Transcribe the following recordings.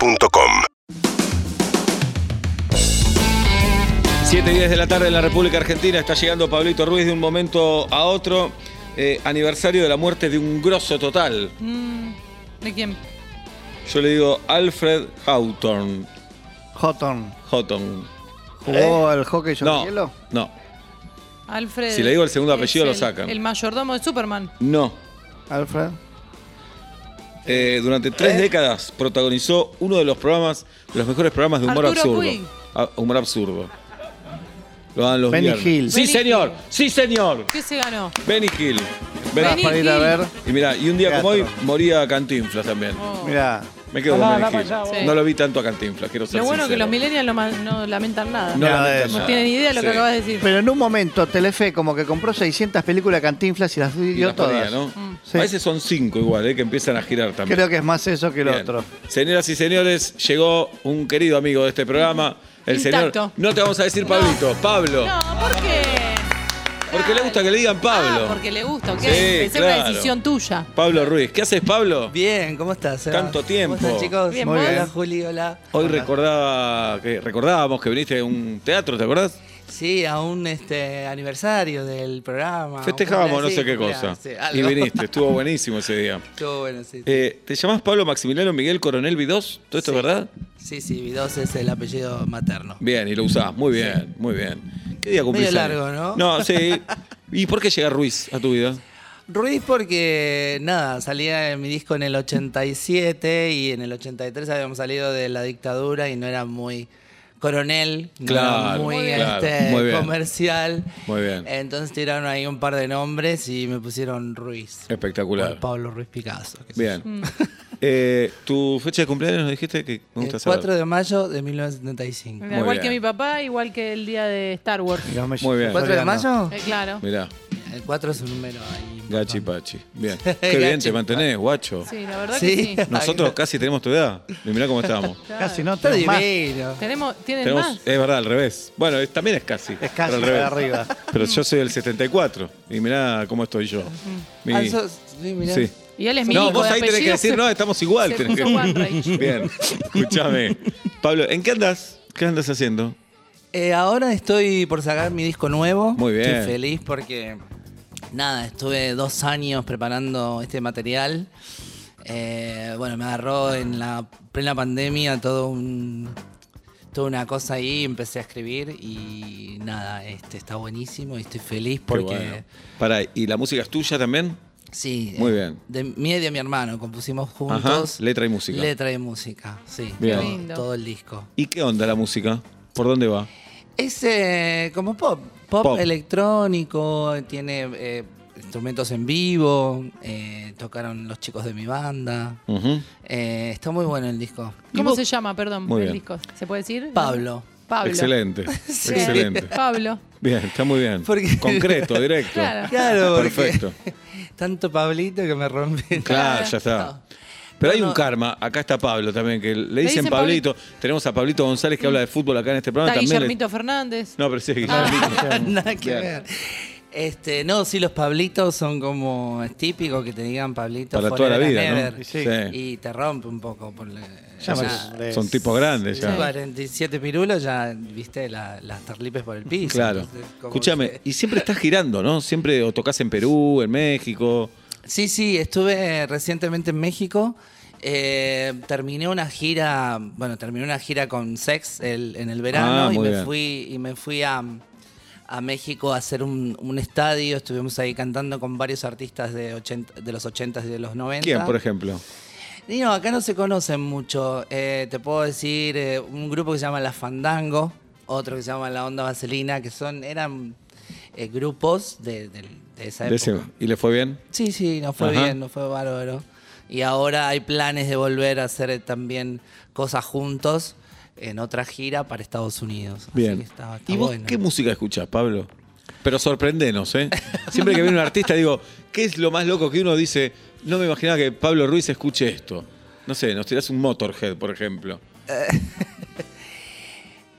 UrbanaPlayFM.com 7 y 10 de la tarde en la República Argentina está llegando Pablito Ruiz de un momento a otro. Eh, aniversario de la muerte de un grosso total. Mm, ¿De quién? Yo le digo Alfred Houghton. Houghton. Houghton. ¿Jugó al hockey sobre ¿Eh? No, hielo? no, Alfred. Si le digo el segundo es apellido, lo el- sacan. El mayordomo de Superman. no. Alfred. Eh, durante tres décadas protagonizó uno de los programas, de los mejores programas de humor Arturo absurdo. Puig. Ah, humor absurdo. Lo dan los Benny viernes. Hill. Sí, Benny señor. Hill. Sí, señor. ¿Qué se ganó? Benny Hill. Benny Benny. Para ir a Hill. ver. Y mira, y un día como hoy Teatro. moría Cantinflas también. Oh. Mirá. Me quedo con Benny Hill. vos. No lo vi tanto a Cantinflas, quiero ser Lo bueno que sincero. los millennials no, ma- no lamentan nada. No, No, Nada lamentan de eso. nada. tienen ni idea de lo que Sí. acabas de decir. Pero en un momento, Telefe como que compró 600 películas cantinflas y las Y dio las ponía, todas. ¿no? Mm. Sí. A veces son cinco igual, eh, que empiezan a girar también. Creo que es más eso que lo Bien. otro. Señoras y señores, llegó un querido amigo de este programa, el señor. Intacto. No te vamos a decir Pablito, Pablo. No, ¿por qué? Porque le gusta que le digan Pablo. Ah, porque le gusta, ok. Sí, Es claro. una decisión tuya. Pablo Ruiz. ¿Qué haces, Pablo? Bien, ¿cómo estás? Seba? Tanto tiempo. ¿Cómo están, chicos? Bien, Muy ¿vos? bien. Hola, Juli, hola. Hoy Hola. recordaba que recordábamos que viniste a un teatro, ¿te acordás? Sí, a un este, aniversario del programa. Festejábamos Una- no sí, sé qué una- cosa. sí, algo. y viniste, estuvo buenísimo ese día. Estuvo bueno, sí. sí. Eh, ¿Te llamás Pablo Maximiliano Miguel Coronel Vidós? ¿Todo esto es Sí. verdad? Sí, sí, Vidos es el apellido materno. Bien, y lo usás. Muy bien, muy bien. ¿Qué día cumplís? Medio años? largo, ¿no? No, sí. ¿Y por qué llega Ruiz a tu vida? Ruiz porque, nada, salía en mi disco en el 87 y en el 83 habíamos salido de la dictadura y no era muy coronel, no era Claro, muy, muy bien. este, Muy bien. comercial. Muy bien. Entonces tiraron ahí un par de nombres y me pusieron Ruiz. Espectacular. Por Mm. Pablo Ruiz Picasso. qué sé yo. Bien. Eh, ¿Tu fecha de cumpleaños nos dijiste que me gusta El saber? 4 de mayo de 1975. Mira, igual bien. que mi papá, igual que el día de Star Wars. Digamos, Muy yo- bien. yo ¿4 de todavía no. mayo? Eh, claro. Mirá, El 4 es un número ahí. gachi importante. pachi. Bien. Qué bien te Gachi mantenés, guacho. Sí, la verdad Sí. que sí. Nosotros casi tenemos tu edad. Y mirá cómo estamos. Claro. Casi no, Está tenés más. divino. Tenemos, ¿Tienen Tenemos, más? es verdad, al revés. Bueno, es- también es casi. Es casi pero al para revés. arriba. Pero yo Mm. soy del 74. Y mirá cómo estoy yo. Mi- Ah, sos- sí, mirá. sí. Y él es mi No, hijo vos de ahí tenés que apellido. decir, no, estamos igual. Se tenés que- puso OneRage. Bien, escúchame. Pablo, ¿en qué andas? ¿Qué andas haciendo? Eh, ahora estoy por sacar mi disco nuevo. Muy bien. Estoy feliz porque, nada, estuve dos años preparando este material. Eh, bueno, me agarró en la plena pandemia todo un, toda una cosa ahí. Empecé a escribir y nada, este está buenísimo y estoy feliz Qué porque... bueno. Pará, ¿y la música es tuya también? Sí. Muy eh, bien. De mí y de mi hermano, compusimos juntos. Ajá, letra y música. Letra y música, sí. Bien. Qué todo- lindo. Todo el disco. ¿Y qué onda la música? ¿Por dónde va? Es eh, como pop, pop, Pop. electrónico, tiene eh, instrumentos en vivo, eh, tocaron los chicos de mi banda. Ujú. Eh, está muy bueno el disco. ¿Cómo se llama, perdón? Muy el bien. disco? ¿Se puede decir? Pablo. Pablo. Excelente, Sí. excelente. Pablo. Bien, está muy bien. Porque- Concreto, directo. Claro. Claro, porque Perfecto. Tanto Pablito que me rompe. Claro, ya está. Pero hay un karma, acá está Pablo también, que le dicen, dicen Pablito. Tenemos a Pablito González que habla de fútbol acá en este programa. Está también le- Guillermito Fernández. No, pero sí, Guillermito. Nada que Bien. ver. Este, no, sí, los Pablitos son como es típico que te digan Pablito Para toda la forever vida, and ¿no? ever. Sí. Sí. Y te rompe un poco por la- Ya o me- sea, les- Son tipos grandes ya. 47 pirulos, ya viste la- las tarlipes por el piso. Claro. Entonces, como Escúchame, que- y siempre estás girando, ¿no? Siempre o tocas en Perú, en México. Sí, sí, estuve eh, recientemente en México. eh, terminé una gira, bueno, terminé una gira con Sex el- en el Ah, verano y, muy me bien. fui, y me fui a, a México a hacer un, un estadio. Estuvimos ahí cantando con varios artistas de, 80 de los 80 y de los 90. ¿Quién, por ejemplo? Y no, acá no se conocen mucho. Eh, te puedo decir eh, un grupo que se llama La Fandango, otro que se llama La Onda Vaselina, que son eran eh, grupos de, de- de esa De ese- época. ¿Y le fue bien? Sí, sí, nos fue Ajá. bien, nos fue bárbaro. Y ahora hay planes de volver a hacer eh, también cosas juntos en otra gira para Estados Unidos. Así Bien. que está- está ¿Y vos bueno. qué música escuchás, Pablo? Pero sorprendenos, ¿eh? Siempre que viene un artista, digo, ¿qué es lo más loco que uno dice? No me imaginaba que Pablo Ruiz escuche esto. No sé, nos tirás un Motorhead, por ejemplo.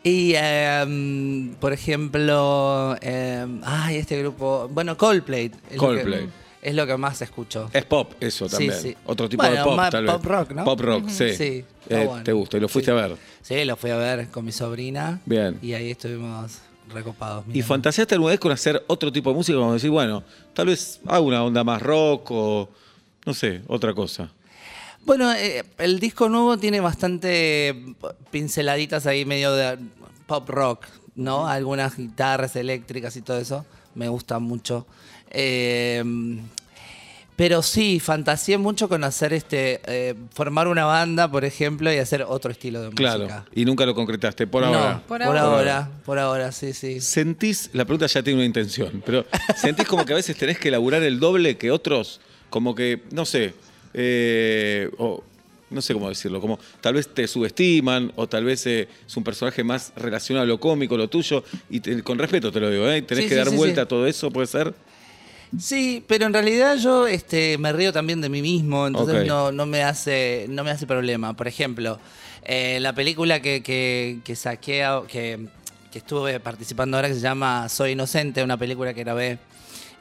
Y, em, por ejemplo, em, ay, este grupo, bueno, Coldplay. es lo que- Coldplay. es lo que más escucho. Es pop eso Sí, también. sí. Otro tipo de Bueno, pop, más tal vez. pop rock, ¿no? Pop rock, Ujú. sí. Sí, está Eh, bueno. Te gusta y lo fuiste Sí. a ver. Sí, lo fui a ver con mi sobrina. Bien. Y ahí estuvimos recopados. ¿Y mirando. fantaseaste alguna vez con hacer otro tipo de música? Como decir, bueno, tal vez hago una onda más rock o no sé, otra cosa. Bueno, eh, el disco nuevo tiene bastante pinceladitas ahí medio de pop rock, ¿no? Algunas guitarras eléctricas y todo eso. Me gusta mucho. Eh, pero sí, fantaseé mucho con hacer este. eh, formar una banda, por ejemplo, y hacer otro estilo de Claro. música. Y nunca lo concretaste, por No, ahora. por, Por ahora. ahora. por ahora, sí, sí. ¿Sentís, la pregunta ya tiene una intención, pero ¿sentís como que a veces tenés que laburar el doble que otros? Como que, no sé, eh, o no sé cómo decirlo, como tal vez te subestiman o tal vez eh, es un personaje más relacionado a lo cómico, lo tuyo, y te- con respeto te lo digo, ¿eh? tenés Sí, que sí, dar sí, vuelta sí. a todo eso, puede ser. Sí, pero en realidad yo este, me río también de mí mismo, entonces Ok. no, no, me hace, no me hace problema. Por ejemplo, eh, la película que, que, que saqué, a- que, que estuve participando ahora, que se llama Soy Inocente, una película que grabé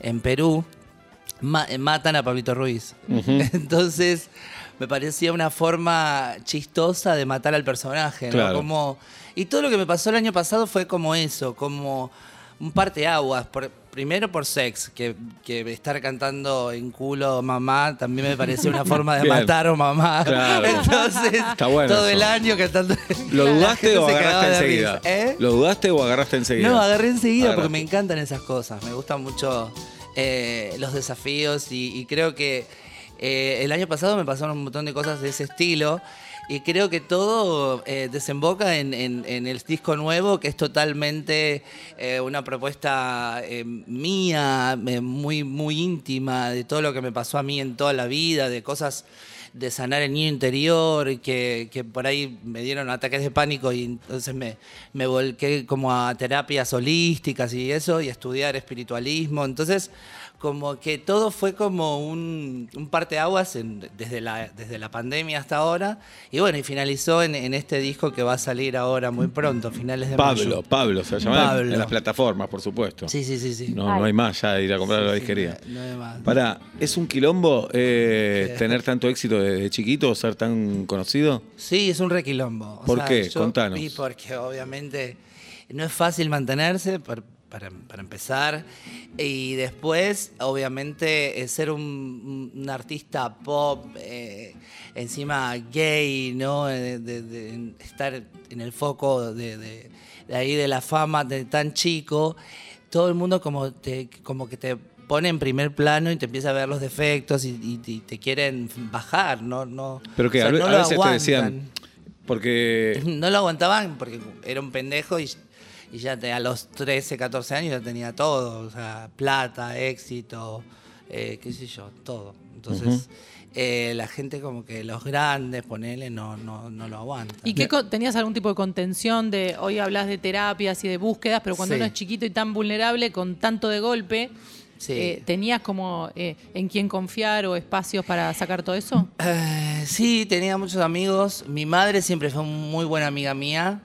en Perú, ma- eh, matan a Pablito Ruiz. Entonces me parecía una forma chistosa de matar al personaje, ¿no? Claro. Como como- y todo lo que me pasó el año pasado fue como eso, como un parteaguas. Por, primero por sex, que, que estar cantando en culo mamá también me pareció una forma de Bien. matar o mamá. Claro. Entonces, Está bueno todo eso. el año cantando. ¿Lo La dudaste gente o se cagaba agarraste de enseguida? risa. ¿Eh? ¿Lo dudaste o agarraste enseguida? No, agarré enseguida Agarraste. porque me encantan esas cosas. Me gustan mucho eh, los desafíos y, y creo que eh, el año pasado me pasaron un montón de cosas de ese estilo y creo que todo eh, desemboca en, en- en el disco nuevo que es totalmente eh, una propuesta eh, mía, eh, muy, muy íntima de todo lo que me pasó a mí en toda la vida, de cosas de sanar el niño interior, que, que por ahí me dieron ataques de pánico y entonces me, me volqué como a terapias holísticas y eso, y a estudiar espiritualismo. Entonces, como que todo fue como un, un parteaguas en- desde, la, desde la pandemia hasta ahora. Y bueno, y finalizó en, en este disco que va a salir ahora muy pronto, a finales de Pablo, mayo. Pablo, se llama en- Pablo. en las plataformas, por supuesto. Sí, sí, sí, sí. No, no hay más ya de ir a comprar a la Sí, sí, disquería. no- no hay más. Pará, ¿es un quilombo eh, tener tanto éxito desde chiquito o ser tan conocido? Sí, es un requilombo. O ¿Por sea, qué? yo- Contanos. Y porque obviamente no es fácil mantenerse par- para, para empezar. Y después, obviamente, eh, ser un, un artista pop, eh, encima gay, ¿no? Eh, de- de- en- estar en el foco de, de- de ahí de la fama de tan chico. Todo el mundo como, te, como que te pone en primer plano y te empieza a ver los defectos y, y- y te quieren bajar, ¿no? no Pero que o sea, a, ve- no a lo veces te decían, eh, aguantan. porque No lo aguantaban porque era un pendejo y, y ya te- a los 13, 14 años ya tenía todo. O sea, plata, éxito, eh, qué sé yo, todo. Entonces, eh, la gente como que los grandes, ponele, no, no, no lo aguantan. ¿Y qué co- tenías algún tipo de contención de hoy hablas de terapias y de búsquedas, pero cuando Sí. uno es chiquito y tan vulnerable con tanto de golpe, Sí. eh, tenías como eh, en quién confiar o espacios para sacar todo eso? Eh, sí, tenía muchos amigos. Mi madre siempre fue muy buena amiga mía.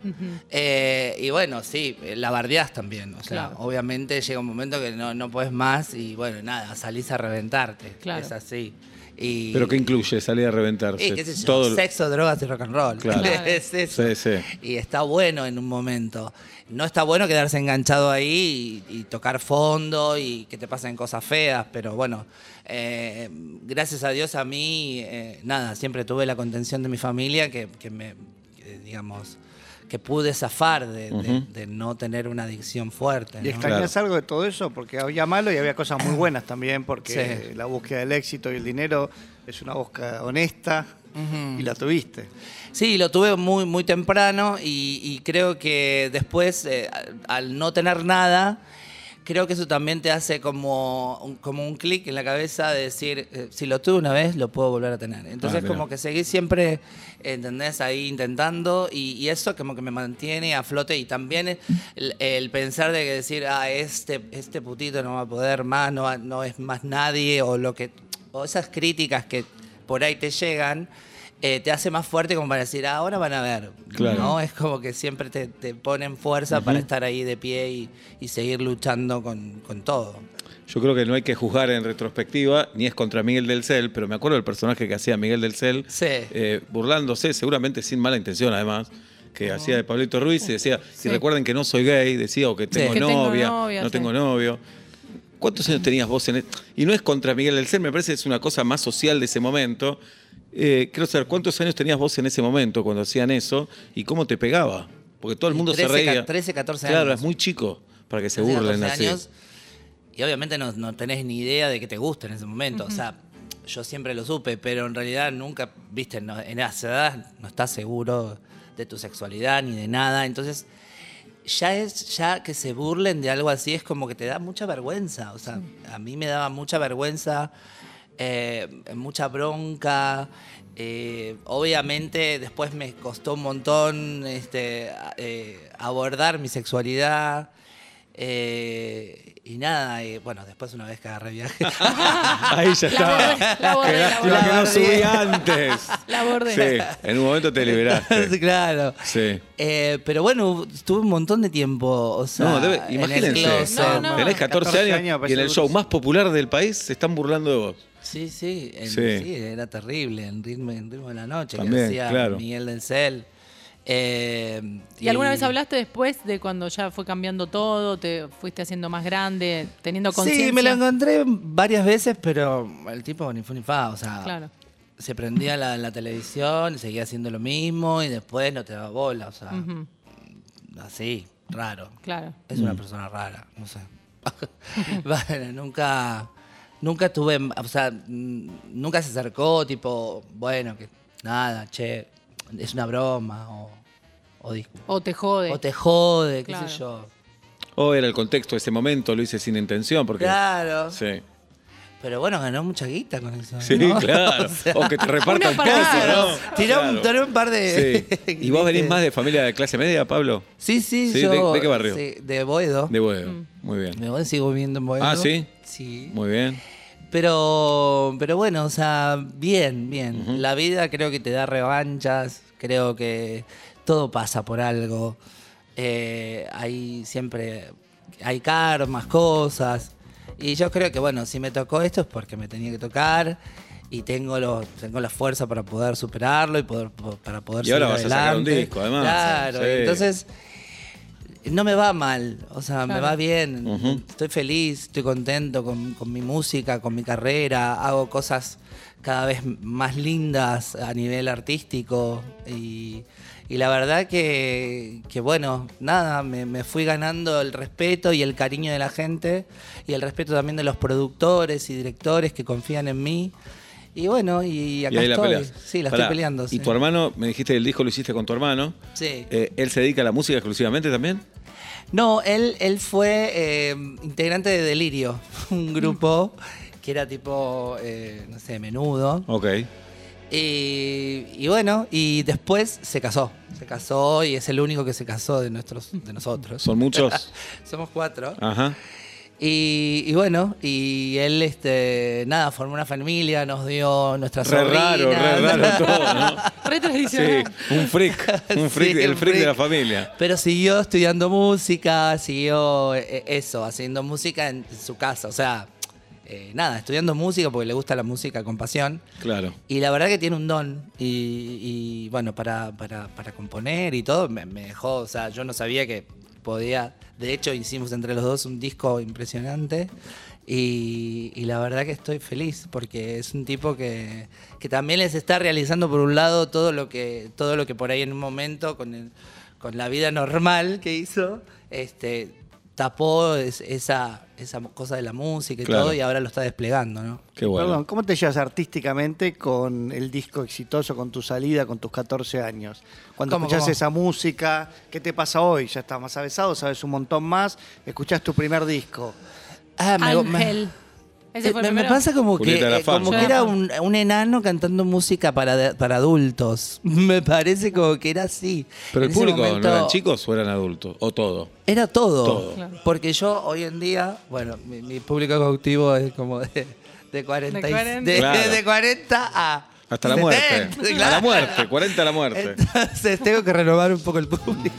Eh, y bueno, sí, eh, la bardeás también. O sea, Claro. obviamente llega un momento que no, no puedes más y bueno, nada, salís a reventarte. Claro. Es así. Y, pero que incluye salir a reventarse. y Eh, qué sé yo, Todo- sexo, drogas y rock and roll. Claro. Claro. Es eso. Sí, sí. Y está bueno en un momento. No está bueno quedarse enganchado ahí y, y tocar fondo y que te pasen cosas feas, pero bueno, eh, gracias a Dios a mí, eh, nada, siempre tuve la contención de mi familia que, que me, que, digamos, que pude zafar de, de- de no tener una adicción fuerte. ¿Y ¿no? extrañas algo de todo eso? Porque había malo y había cosas muy buenas también, porque Sí. la búsqueda del éxito y el dinero es una búsqueda honesta y la tuviste. Sí, lo tuve muy, muy temprano y, y creo que después, eh, al- al no tener nada, creo que eso también te hace como un, como un clic en la cabeza de decir, eh, si lo tuve una vez, lo puedo volver a tener. Entonces, mira. como que seguí siempre, ¿entendés? Ahí intentando y, y eso como que me mantiene a flote y también el, el pensar de que decir, ah, este, este putito no va a poder más, no, va- no es más nadie o lo que... O esas críticas que por ahí te llegan, eh, te hace más fuerte como para decir, "Ah, ahora van a ver. Claro. ¿no? Es como que siempre te, te ponen fuerza para estar ahí de pie y, y seguir luchando con, con todo. Yo creo que no hay que juzgar en retrospectiva, ni es contra Miguel del Cel, pero me acuerdo del personaje que hacía Miguel del Cel, Sí. eh, burlándose, seguramente sin mala intención además, que hacía de Pablito Ruiz y decía, si Sí. recuerden que no soy gay, decía, o que tengo Que tengo novia, novia, no sí. tengo novio. ¿Cuántos años tenías vos en el- Y no es contra Miguel del Cel, me parece que es una cosa más social de ese momento. Eh, quiero saber, ¿cuántos años tenías vos en ese momento cuando hacían eso y cómo te pegaba? Porque todo el mundo se 13, ca- reía. 13, 14 Claro, años. es muy chico para que se 13, burlen 14 así. años, y obviamente no, no tenés ni idea de que te gusta en ese momento. O sea, yo siempre lo supe, pero en realidad nunca, viste, no- en esa edad no estás seguro de tu sexualidad ni de nada. Entonces, ya es, ya que se burlen de algo así es como que te da mucha vergüenza. O sea, a mí me daba mucha vergüenza, eh, mucha bronca. Eh, obviamente después me costó un montón este, a- eh, abordar mi sexualidad. Eh, y nada, y bueno, después una vez que agarré viaje. Ahí ya La está. borré, la borré, Quedaste la borré. la que no La borré. subí antes. La borde. Sí, en un momento te Sí, liberaste. claro. Sí. Eh, pero bueno, estuve un montón de tiempo. O sea, No, debe- en el imagínense, closet. No, no. tenés 14, 14 años, años, y en el show más popular del país se están burlando de vos. Sí, sí, en- Sí. sí. era terrible, en ritmo, en ritmo de la noche, También, que hacía claro. Miguel del Cel. Eh, ¿Y alguna vez hablaste después de cuando ya fue cambiando todo, te fuiste haciendo más grande, teniendo conciencia? Sí, me lo encontré varias veces, pero el tipo ni fue ni fa, o sea, Claro. se prendía la, la televisión, seguía haciendo lo mismo y después no te daba bola, o sea, Ujú, así, raro. claro. Es Mm. una persona rara, no sé. Bueno, nunca, nunca tuve, o sea, mm, nunca se acercó, tipo, bueno, que nada, che, es una broma, o, o, dis- O te jode. o te jode, qué Claro. sé yo. O Oh, era el contexto de ese momento, lo hice sin intención. porque Claro. Sí, Pero bueno, ganó mucha guita con eso. sí ¿no? claro. O, O sea, que te repartan Una para cosas, claro, ¿no? tiró, un- Claro. tiró un par de... Sí. ¿Y vos venís más de familia de clase media, Pablo? Sí, sí, Sí, yo... ¿de- de qué barrio? sí, de Boedo. De Boedo. Mm. Muy bien. Me voy, sigo viviendo en Boedo. Ah, ¿sí? Sí. Muy bien. Pero, pero bueno, o sea, bien, bien. La vida creo que te da revanchas, creo que todo pasa por algo. Eh, hay siempre, hay karmas, cosas. Y yo creo que, bueno, si me tocó esto es porque me tenía que tocar y tengo, los, tengo la fuerza para poder superarlo y poder, po- para poder Y ahora seguir vas a sacar un adelante. disco, además. Claro, Sí. entonces no me va mal, o sea, me Claro. va bien, Ujú. estoy feliz, estoy contento con, con mi música, con mi carrera, hago cosas cada vez más lindas a nivel artístico y, y la verdad que, que, bueno, nada, me, me fui ganando el respeto y el cariño de la gente y el respeto también de los productores y directores que confían en mí y bueno, y acá y ahí la estoy, peleas. sí, la Pará, estoy peleando. sí. Y tu hermano, me dijiste que el disco lo hiciste con tu hermano. Sí. Eh, ¿Él se dedica a la música exclusivamente también? No, él, él fue eh, integrante de Delirio, un grupo que era tipo, eh, no sé, menudo. Ok. Y, y bueno, y después se casó. Se casó y es el único que se casó de, nuestros, de nosotros. ¿Son muchos? Somos cuatro. Ajá. Y, y bueno, y él, este, nada, formó una familia, nos dio nuestras Re raro, re raro todo, ¿no? Re Sí, tradicional. un freak, un freak, Sí, el un freak de la freak. familia. Pero siguió estudiando música, siguió eh, eso, haciendo música en su casa. O sea, eh, nada, estudiando música porque le gusta la música con pasión. Claro. Y la verdad que tiene un don. Y, y, bueno, para, para, para componer y todo, me, me dejó. O sea, yo no sabía que podía. De hecho, hicimos entre los dos un disco impresionante. Y, y la verdad que estoy feliz porque es un tipo que, que también les está realizando por un lado todo lo que, todo lo que por ahí en un momento con, el- con la vida normal que hizo, este, tapó es- esa, esa cosa de la música y Claro. todo y ahora lo está desplegando, ¿no? Qué bueno. Perdón, ¿cómo te llevas artísticamente con el disco exitoso, con tu salida, con tus 14 años? Cuando ¿Cómo, escuchás cómo? esa música, ¿qué te pasa hoy? Ya estás más avesado, sabes un montón más, escuchás tu primer disco. Ah, me- me- Ángel. Ese Eh, fue me, el me primero. pasa como Julieta que, la eh, fan. como que Julieta era la fan. un, un enano cantando música para, de- para adultos. Me parece como que era así. Pero el En ese público, momento ¿no eran chicos o eran adultos? O todo. Era todo. Todo. Claro. Porque yo hoy en día, bueno, mi, mi público cautivo es como de, de 40, y- De 40. de- Claro. de 40 a Hasta la muerte. 70, A claro. la muerte, 40 a la muerte. Entonces tengo que renovar un poco el público.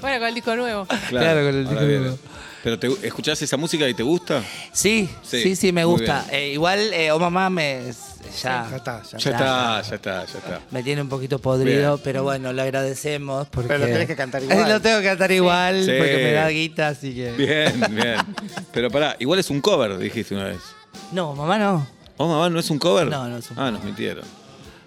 Bueno, con el disco nuevo. claro, con el ahora disco viene. nuevo. Pero te, ¿escuchás esa música y te gusta? Sí, sí, Sí, sí, me muy gusta. Eh, igual, eh, oh mamá, me. Ya, Ya está, ya Ya está, ya está, ya está. Me tiene un poquito podrido, Bien. pero bueno, lo agradecemos. Porque... Pero lo tenés que cantar igual. lo tengo que cantar igual Sí. porque me da guita, así que. Bien, bien. Pero pará, igual es un cover, dijiste una vez. No, mamá no. ¿Oh, mamá, no es un cover? No, no es un Ah, nos mintieron.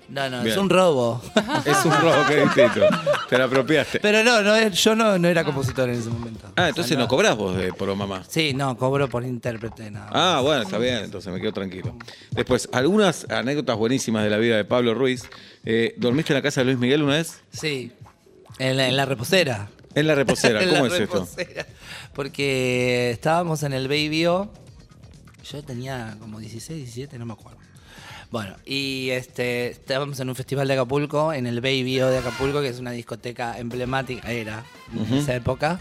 No, no, es Bien. un robo. Es un robo, qué distinto. Te la apropiaste. pero no, no es- yo no, no era compositor en ese momento. Ah, entonces no cobrás vos de por oh, mamá. Sí, no, cobro por intérprete, nada. más. Ah, bueno, está bien, entonces me quedo tranquilo. Después, algunas anécdotas buenísimas de la vida de Pablo Ruiz. Eh, ¿Dormiste en la casa de Luis Miguel una vez? Sí. En la, en la reposera. En la reposera, En la ¿cómo es esto? reposera. Porque estábamos en el Baby O. Yo tenía como 16, 17, no me acuerdo. Bueno, y este, estábamos en un festival de Acapulco, en el Baby O de Acapulco, que es una discoteca emblemática, era en esa época.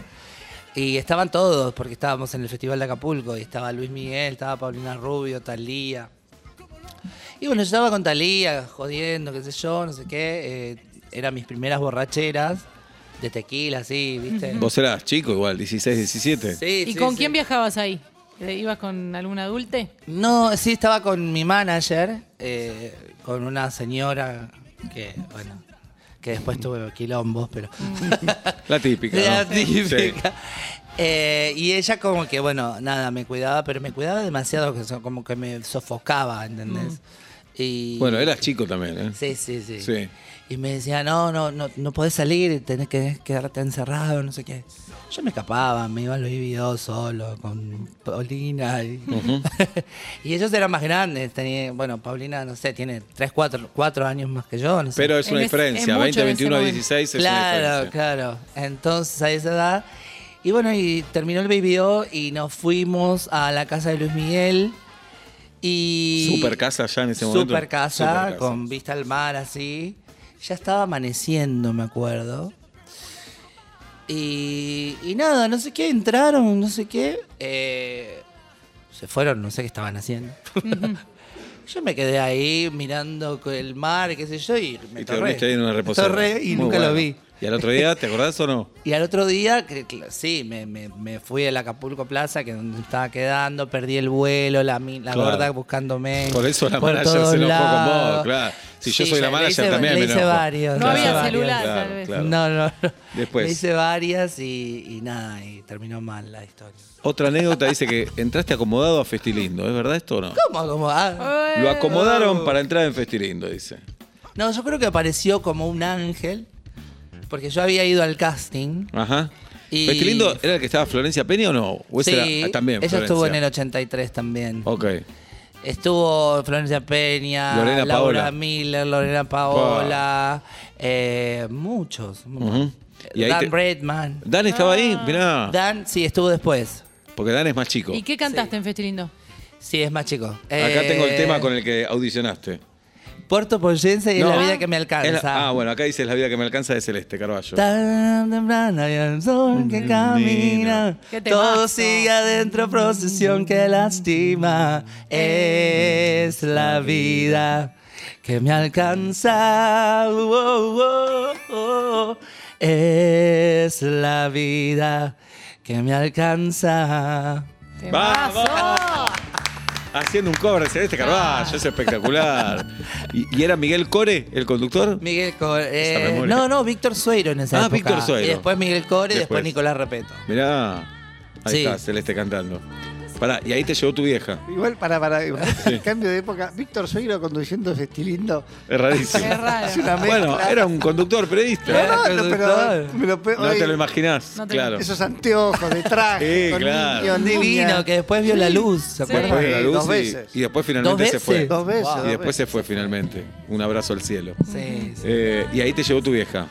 Y estaban todos, porque estábamos en el Festival de Acapulco, y estaba Luis Miguel, estaba Paulina Rubio, Talía. Y bueno, yo estaba con Talía, jodiendo, qué sé yo, no sé qué. eh, eran mis primeras borracheras de tequila, así, ¿viste? Vos eras chico igual, 16, 17. Sí, ¿Y sí, con sí. quién viajabas ahí? ¿Eh, ¿Ibas con algún adulte? No, sí, estaba con mi manager, eh, con una señora que, bueno, que después tuve quilombos, pero. La típica. La ¿no? típica. Eh, y ella como que, bueno, nada, me cuidaba, pero me cuidaba demasiado, que so- como que me sofocaba, ¿entendés? Y, Sí. Mm. Bueno, eras chico también, ¿eh? Sí, sí, sí, Sí. Y me decía, no, no, no, no podés salir, tenés que quedarte encerrado, no sé qué. Yo me escapaba, me iba a los vividos solo, con Paulina. Y, y ellos eran más grandes, tenía, bueno, Paulina, no sé, tiene 3, 4, años más que yo, no sé. Pero es una En ese- diferencia, en 20, mucho de ese 21 a momento. 16 es una Claro, diferencia. claro. Entonces a esa edad. Y bueno, y terminó el Baby O y nos fuimos a la casa de Luis Miguel. Y. Super casa ya en ese momento. Super casa, Super casa. con vista al mar así. Ya estaba amaneciendo, me acuerdo. Y, y nada, no sé qué, entraron, no sé qué. eh, se fueron, no sé qué estaban haciendo. Yo me quedé ahí mirando con el mar, qué sé yo, y me Y te torré. dormiste ahí en una Me reposera. torré y Muy nunca bueno. lo vi. ¿Y al otro día, te acordás o no? Y al otro día, que, cl- sí, me, me- me fui al Acapulco Plaza, que es donde estaba quedando, perdí el vuelo, la, mi- la Claro. gorda buscándome. Por eso la manager todos se enojó con lados. vos, claro. Si yo Sí, soy la le manager, hice- también le me hice enojo. No varios, le Claro, hice había varios. celular, claro, tal vez. claro. No, no, no. Después. Le hice varias y, y nada, y terminó mal la historia. Otra anécdota dice que entraste acomodado a Festilindo, ¿es verdad esto o no? ¿Cómo? ¿Cómo? Ah. Lo acomodaron para entrar en Festilindo, dice. No, yo creo que apareció como un ángel, porque yo había ido al casting. Ajá. Y- ¿Festilindo era el que estaba Florencia Peña o no? ¿O ese era- ah, también ella Florencia? estuvo en el 83 también. Ok. Estuvo Florencia Peña, Lorena Laura Paola. Miller, Lorena Paola, eh, muchos. muchos. Ujú. Y ahí Dan Ah. te- Ah. Bredman. Dan estaba ahí, mirá. Dan, sí, estuvo después. Porque Dan es más chico. ¿Y qué cantaste en Festilindo? Sí, es más chico. Acá Acá tengo eh, el tema con el que audicionaste. Puerto Pollense y es No. la vida que me Es la- alcanza. ah, bueno, acá dice la vida que me alcanza de Celeste Carballo. Tan temprano había el sol que camina. Qué temazo. Todo sigue adentro, procesión que lastima. Es la vida que me alcanza. Uh, oh, oh, oh. Es la vida que me alcanza. ¡Te ¡Vamos! Haciendo un cover de Celeste Carballo, es espectacular. ¿Y, y era Miguel Core el conductor? Miguel Core. Esa eh, memoria. no, no, Víctor Sueiro en esa Ah, época. Víctor Sueiro. Y después Miguel Core y después Después. Nicolás Repeto. Mirá, ahí Sí. está Celeste cantando. Pará, y ahí te llegó tu vieja. Igual para, para, el cambio de época, Víctor Suegro conduciendo Festilindo. Es rarísimo. Qué raro. Es una mezcla. Bueno, era un conductor periodista. ¿eh? No, no, no, pero me lo pe- No te hoy, lo imaginás, No te lo- claro. Esos anteojos de traje. Sí, con claro. niños, niñas. Divino, que después vio la luz, ¿se Sí. acuerdan? Después de la Sí, luz dos y- veces. y, después finalmente ¿Dos se fue. veces? Dos veces. Wow. dos Y después veces. se fue finalmente. Un abrazo al cielo. Mm. Sí, sí. Eh, y ahí te llegó tu vieja.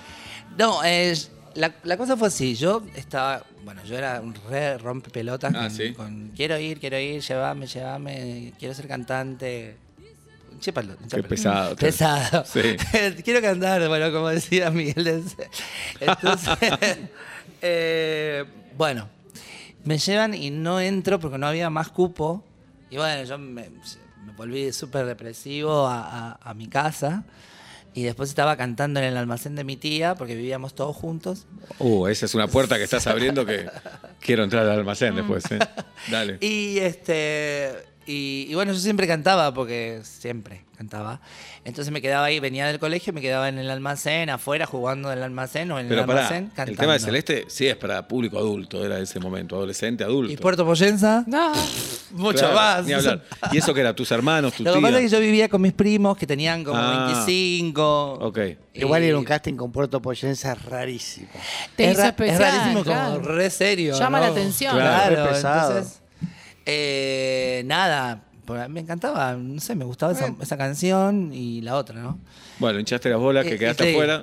No, eh, la, la cosa fue así. Yo estaba. Bueno, yo era un re rompepelotas. Ah, con, sí. con, quiero ir, quiero ir, llévame, llévame, quiero ser cantante. Chépalo, Qué chépalo. pesado. Pesado. Sí. quiero cantar, bueno, como decía Miguel. de Ence. Entonces, eh, bueno, me llevan y no entro porque no había más cupo. Y bueno, yo me, me volví súper depresivo a, a- a mi casa. Y después estaba cantando en el almacén de mi tía, porque vivíamos todos juntos. Uh, esa es una puerta que estás abriendo que quiero entrar al almacén después. ¿eh? Dale. Y este. Y, y bueno, yo siempre cantaba, porque siempre cantaba. Entonces me quedaba ahí, venía del colegio, me quedaba en el almacén, afuera, jugando en el almacén o en Pero el pará, almacén. el tema de cantando. Celeste sí es para público adulto, era ese momento, adolescente, adulto. Y Puerto Poyenza, No. mucho Claro, más. Ni hablar. ¿Y eso que era? ¿Tus hermanos, tus Lo tíos? que pasa es que yo vivía con mis primos que tenían como Ah, 25. ok. Igual Y ir a un casting con Puerto Poyenza es rarísimo. Te es, hizo ra- especial. es rarísimo, claro. como re serio. Llama ¿no? la atención. Claro, Claro, es pesado. entonces, eh, nada, por- me encantaba, no sé, me gustaba esa, esa canción y la otra, ¿no? Bueno, hinchaste las bolas, que Eh, quedaste sí. afuera.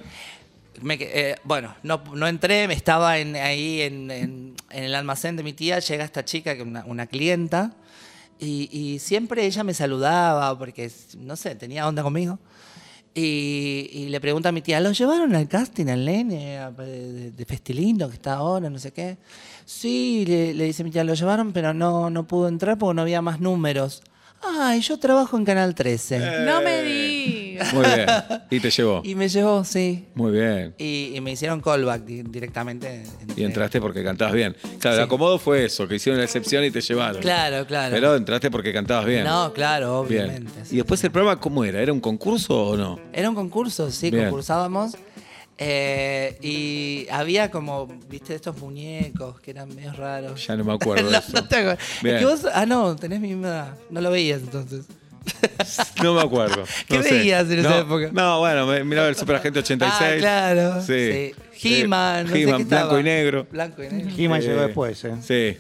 Me que- eh, bueno, no, no entré, me estaba en- ahí en, en- en el almacén de mi tía, llega esta chica, que una, una clienta, y, y siempre ella me saludaba porque, no sé, tenía onda conmigo. Y, y le pregunta a mi tía, ¿lo llevaron al casting al nene a- de, de Festilindo que está ahora, no sé qué? Sí, le, le dice mi tía, lo llevaron, pero no, no pudo entrar porque no había más números. Ay, yo trabajo en Canal 13. No me digas. Muy bien. Y te llevó. Y me llevó, sí. Muy bien. Y, y me hicieron callback di- directamente. Y Entré. entraste porque cantabas bien. Claro, Sí. el acomodo fue eso, que hicieron la excepción y te llevaron. Claro, claro. Pero entraste porque cantabas bien. No, claro, bien. obviamente. sí. Y después el programa, ¿cómo era? ¿Era un concurso o no? Era un concurso, sí, Bien. concursábamos. eh, y había como, viste, estos muñecos que eran medio raros. Ya no me acuerdo. de No, eso. no te acuerdas. Es Bien. que vos- ah, no, tenés mi misma edad. No lo veías entonces. No me acuerdo. ¿Qué no sé. veías en no, esa época? No, bueno, me- miraba el Superagente 86. Ah, claro. Sí. Eh, sí. He-Man. no sé He-Man, blanco qué estaba. y negro. Blanco y negro. He-Man Eh, llegó después, ¿eh?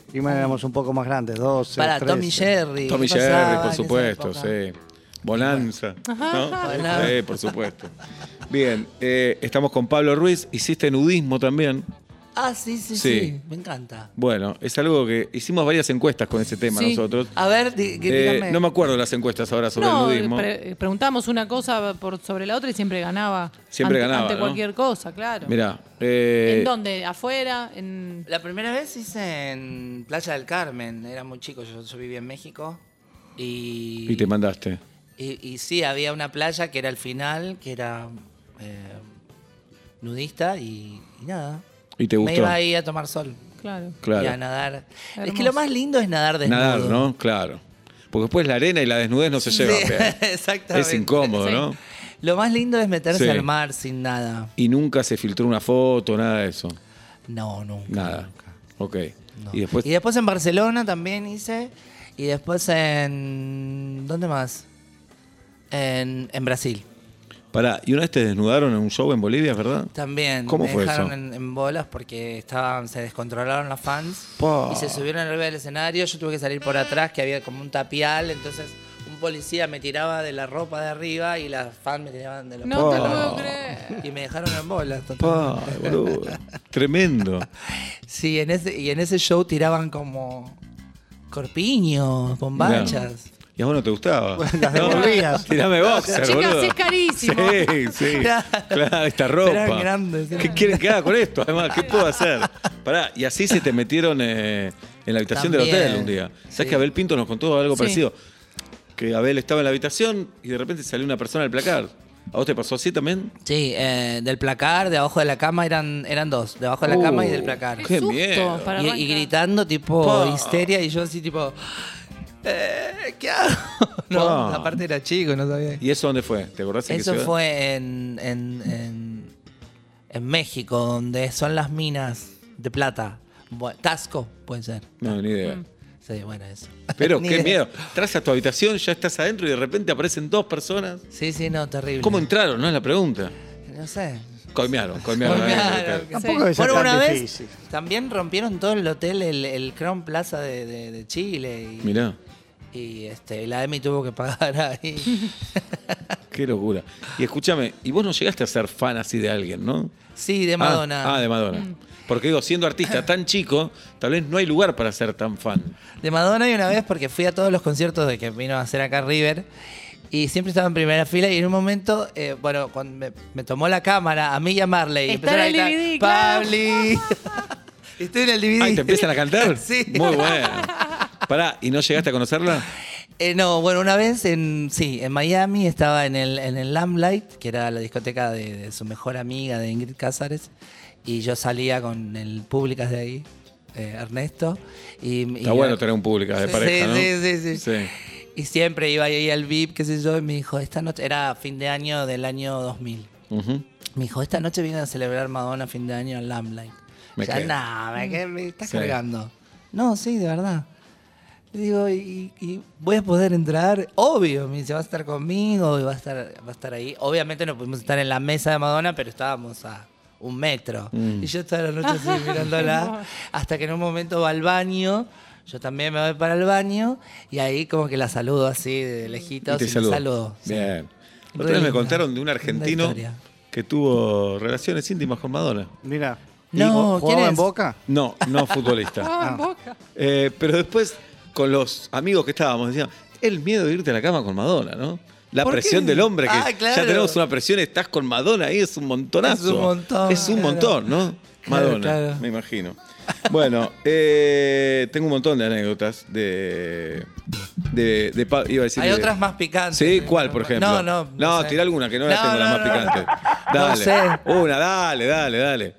Sí. He-Man éramos un poco más grandes, 12, Para 13. Tommy Jerry. Tommy ¿qué Jerry, pasaba en por esa supuesto, época? sí. Bonanza. ¿no? Bonanza. Sí, por supuesto. Bien, eh, estamos con Pablo Ruiz. Hiciste nudismo también. Ah, sí, sí, Sí. sí, Me encanta. Bueno, es algo que hicimos varias encuestas con ese tema Sí. nosotros. A ver, di- Ah, que Eh, dígame. no me acuerdo las encuestas ahora sobre No, el nudismo. pre- preguntamos una cosa por sobre la otra y siempre ganaba. Siempre ante, ganaba, Ante ¿no? cualquier cosa, claro. Mirá. eh, ¿En dónde? ¿Afuera? ¿En La primera vez hice en Playa del Carmen, era muy chico, yo, yo vivía en México. Y, Y te mandaste. y- y sí, había una playa que era al final, que era eh, nudista y, y nada. ¿Y te Me gustó? iba ahí a tomar sol Claro. y a Claro. nadar. Es Hermoso. que lo más lindo es nadar desnudo. Nadar, ¿no? Claro. Porque después la arena y la desnudez no se Sí, llevan. bien. exactamente. Es incómodo, Sí. ¿no? Lo más lindo es meterse Sí. al mar sin nada. Y nunca se filtró una foto, nada de eso. No, nunca. Nada. nunca. Ok. No. Y después. en Barcelona también hice. Y después en. ¿Dónde más? En, en Brasil. Pará, y una vez te desnudaron en un show en Bolivia, ¿verdad? También ¿Cómo me fue dejaron eso? En, en bolas porque estaban, se descontrolaron las fans Pa. y se subieron arriba del escenario. Yo tuve que salir por atrás, que había como un tapial. Entonces un policía me tiraba de la ropa de arriba y las fans me tiraban de los No te Pa. puedo creer. Y me dejaron en bolas. total. Pa, boludo. Tremendo. Sí, en ese, y en ese show tiraban como corpiños, bombachas. Y a vos no te gustaba. Las No, devolvías. Tirame boxer, Chicas, boludo. es carísimo. Sí, sí. Claro, Claro. esta ropa. Eran grandes, ¿Qué eran- quieren que haga con esto? Además, ¿qué puedo hacer? Pará, y así se te metieron eh, en la habitación del También, hotel un día. ¿Sabes sí. que Abel Pinto nos contó algo Sí. parecido? Que Abel estaba en la habitación y de repente salió una persona del placar. ¿A vos te pasó así también? Sí, eh, del placar, de abajo de la cama, eran, eran dos, de abajo de la Oh, cama y del placar. Qué susto, miedo. para Y, y arrancar. gritando tipo Pa. histeria y yo así tipo, "Eh, ¿qué hago? No, Pa. aparte era chico, no sabía. ¿Y eso dónde fue? ¿Te acordás? en qué Eso ciudad? fue en, en, en, en México, donde son las minas de plata. Bu- Tasco, puede ser. No, ni idea. Sí, bueno, eso. Pero Mm. Ni qué idea. miedo. Tras a tu habitación, ya estás adentro y de repente aparecen dos personas. Sí, sí, no, terrible. ¿Cómo entraron? No es la pregunta. No sé. Coimearon, coimearon. Coimearon. adentro. Tampoco es Bueno, tan una vez difícil. también rompieron todo el hotel, el, el Crown Plaza de, de- de Chile. Y, Mirá, y, este, la EMI tuvo que pagar ahí. qué locura. Y escúchame, y vos no llegaste a ser fan así de alguien, ¿no? Sí, de Ah, Madonna. Mm. Ah, de Madonna. Porque digo, siendo artista tan chico, tal vez no hay lugar para ser tan fan. De Madonna y una vez porque fui a todos los conciertos de que vino a hacer acá River y siempre estaba en primera fila y en un momento, eh, bueno, cuando me, me tomó la cámara a mí y a Marley y Está en empezaron el a DVD, claro. gritar, "Pabli". Estoy en el DVD. Ay, ¿te Ah, empiezan a cantar? Sí. Muy bueno. Pará, ¿y no llegaste a conocerla? Eh, no, bueno, una vez en, sí, en Miami estaba en el, en el Lamplight, que era la discoteca de, de su mejor amiga, de Ingrid Cázares, y yo salía con el públicas de ahí, eh, Ernesto. Y, y Está bueno tener un público de Sí, pareja, ¿no? sí, sí, sí. Sí. Y siempre iba ahí al VIP, qué sé yo, y me dijo, esta noche, era fin de año del año 2000. Ujú. Me dijo, esta noche viene a celebrar Madonna fin de año en Lamplight. Me Me ya, quedé. no, me, quedé- me estás Sí. cargando. No, sí, de verdad. Le digo, ¿y, y voy a poder entrar? Obvio, me dice, va a estar conmigo y va a estar, va a estar ahí. Obviamente no pudimos estar en la mesa de Madonna, pero estábamos a un metro. Mm. Y yo toda la noche así mirándola, hasta que en un momento va al baño. Yo también me voy para el baño y ahí como que la saludo así de lejitos. Y te me saludo. sí. Bien. Re Otra vez me linda, contaron de un linda argentino historia. que tuvo relaciones íntimas con Madonna. Mira. ¿Jugaba No, ¿quién en es? Boca? No, no futbolista. Ah, Ah. Boca. Eh, pero después, con los amigos que estábamos, decían, el miedo de irte a la cama con Madonna, ¿no? La ¿Por presión qué? del hombre, que Ah, claro. ya tenemos una presión, estás con Madonna ahí, es un montonazo. Es un montón, Es un claro. montón, ¿no? Claro, Madonna, claro. me imagino. Bueno, eh, tengo un montón de anécdotas de... de, de pa- iba a decir Hay de- otras más picantes. Sí, ¿cuál, por ejemplo? No, no. No, sé. tira alguna que no, la No, tengo la no, más no, no. picante. No Dale. sé. Una, dale, dale, dale.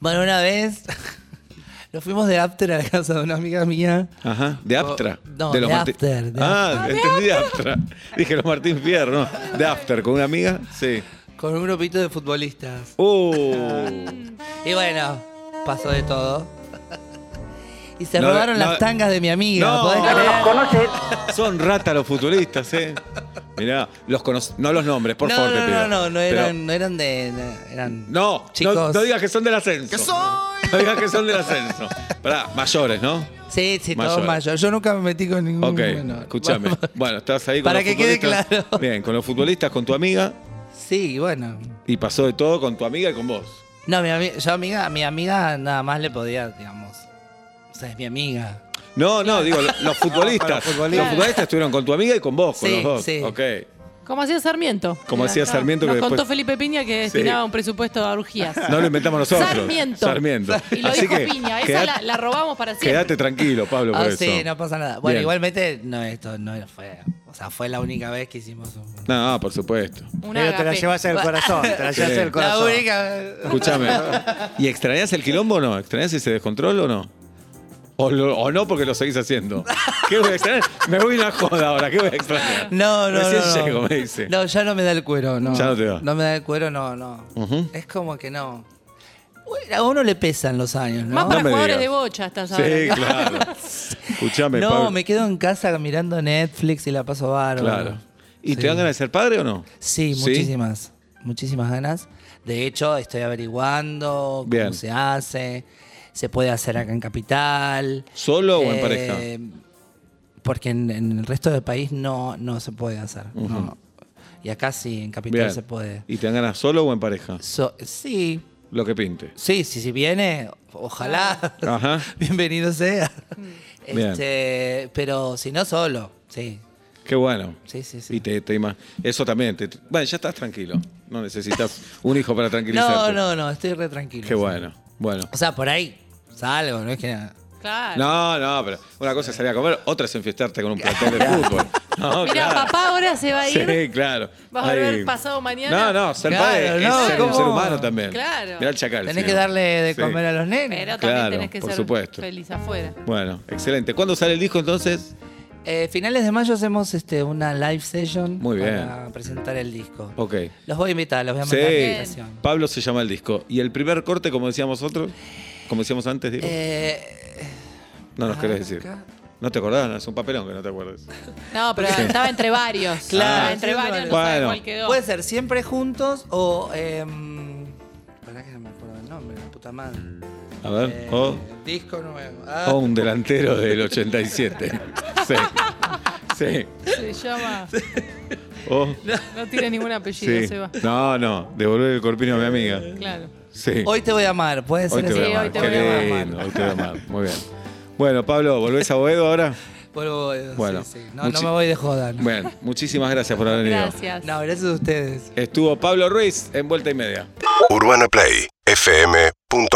Bueno, una vez nos fuimos de after a la casa de una amiga mía. Ajá. ¿De Aptra? no, de Martín- After, de ah, entendí de Aptra. Dije los Martín Fierro, no. De After, con una amiga. Sí. Con un grupito de futbolistas. Uh. Y bueno, pasó de todo. Y se No, robaron no. las tangas de mi amiga. No. ¿podés No, no, creer? Son ratas los futbolistas, ¿eh? Mirá, los cono- no los nombres, por no, favor, te no, pido. no, no, no Pero- eran, no eran de. no, Eran No, chicos. no, no digas que son del ascenso. No digas que son del ascenso. Pará, mayores, ¿no? Sí, sí, todo Mayor. mayor. Yo nunca me metí con ningún. Ok, menor. escúchame. Bueno, estabas ahí con Para los que quede futbolistas. claro. Bien, con los futbolistas, con tu amiga Sí, bueno. y pasó de todo con tu amiga y con vos. No, mi ami- yo amiga, a mi amiga nada más le podía, digamos. O sea, es mi amiga. No, no, digo, lo- los futbolistas. los, futbolistas. futbolistas. estuvieron con tu amiga y con vos, con Sí, los dos. sí. Ok. Como hacía Sarmiento. Como hacía Acá Sarmiento, que Nos después- contó Felipe Piña que destinaba un presupuesto a orgías. No lo inventamos nosotros. Sarmiento. Sarmiento. Y lo Así dijo que Piña. Esa queda- la, la robamos para siempre. Quédate tranquilo, Pablo, por Ah, eso. sí, no pasa nada. Bueno, Bien. igualmente, no, esto no era- fue. O sea, fue la única vez que hicimos un. No, no, por supuesto. Un Pero te la ágape. llevas al corazón. Te la llevas Sí. al corazón. La única vez. Escúchame. ¿Y extrañas el quilombo o no? ¿Extrañas ese descontrol o no? O, lo- o no porque lo seguís haciendo. ¿Qué voy a extrañar? Me voy a una joda ahora. ¿Qué voy a extrañar? No, no, Recién no, no. llego, me dice. No, ya no me da el cuero, no. Ya no te da. No me da el cuero, no, no. Ujú. Es como que no. Bueno, A uno le pesan los Más años, ¿no? No para me jugadores digas. de bocha estás Sí, hablando. claro. Escúchame, Pablo. No, me quedo en casa mirando Netflix y la paso bárbaro. Claro. ¿Y te Sí. dan ganas de ser padre o no? Sí, muchísimas. Muchísimas ganas. De hecho, estoy averiguando cómo Bien. se hace. Se puede hacer acá en Capital. ¿Solo o en Eh, pareja? Porque en, en el resto del país no, no se puede hacer. no. Y acá sí, en Capital Bien. se puede. ¿Y te dan ganas solo o en pareja? So- sí, Lo que pinte. sí, sí, si viene, ojalá. Ajá. Bienvenido sea. Bien. Este, pero si no, solo. Sí, Qué bueno. sí, sí. sí. Y te, te ima- Eso también. te- bueno, ya estás tranquilo. No necesitas un hijo para No, tranquilizarte. no, no, estoy re tranquilo. Qué bueno. Bueno. O sea, por ahí salgo, no es que nada. Claro. No, no, pero una cosa es salir a comer, otra es enfiestarte con un plantel de fútbol. No, Mira, claro. papá ahora se va a ir. Sí, claro. Vas a volver Ay. pasado mañana. No, no, ser Claro, padre no, es ser un ¿cómo? ser humano también. Claro. Mirá el chacal. Tenés señor. que darle de Sí. comer a los nenes. Pero también Claro, tenés que por ser supuesto. feliz afuera. Bueno, excelente. ¿Cuándo sale el disco entonces? Eh, finales de mayo hacemos este, una live session Muy bien. para presentar el disco. Ok. Los voy a invitar, los voy a Sí, mandar la invitación. Pablo se llama el disco. ¿Y el primer corte, como decíamos otros? Como decíamos antes, digo? Eh, no nos querés ah, decir. acá. No te acordás, no, es un papelón que no te acuerdes. No, pero estaba entre varios. Claro. Estaba entre Sí, varios, no bueno. sabe cuál quedó. Puede ser siempre juntos o. em, pará que no me acuerdo el nombre, la puta madre. Mm. A ver, Eh, o, Disco nuevo. Ah, o un delantero del 87. Sí. Sí. Se llama. O, No tiene ningún apellido, sí. se va. No, no, devolver el corpino a mi amiga. Claro. Sí. Hoy te voy a amar, puede ser Hoy te ese voy Sí, a hoy amar. te Qué voy a amar. lindo, hoy te voy a amar. Muy bien. Bueno, Pablo, ¿volvés a Boedo ahora? Vuelvo, eh, sí, Bueno, sí. No, no muchi- me voy de joda. No, Bueno, muchísimas gracias por haber venido. Gracias. No, gracias a ustedes. Estuvo Pablo Ruiz en Vuelta y Media. UrbanaPlayFM.com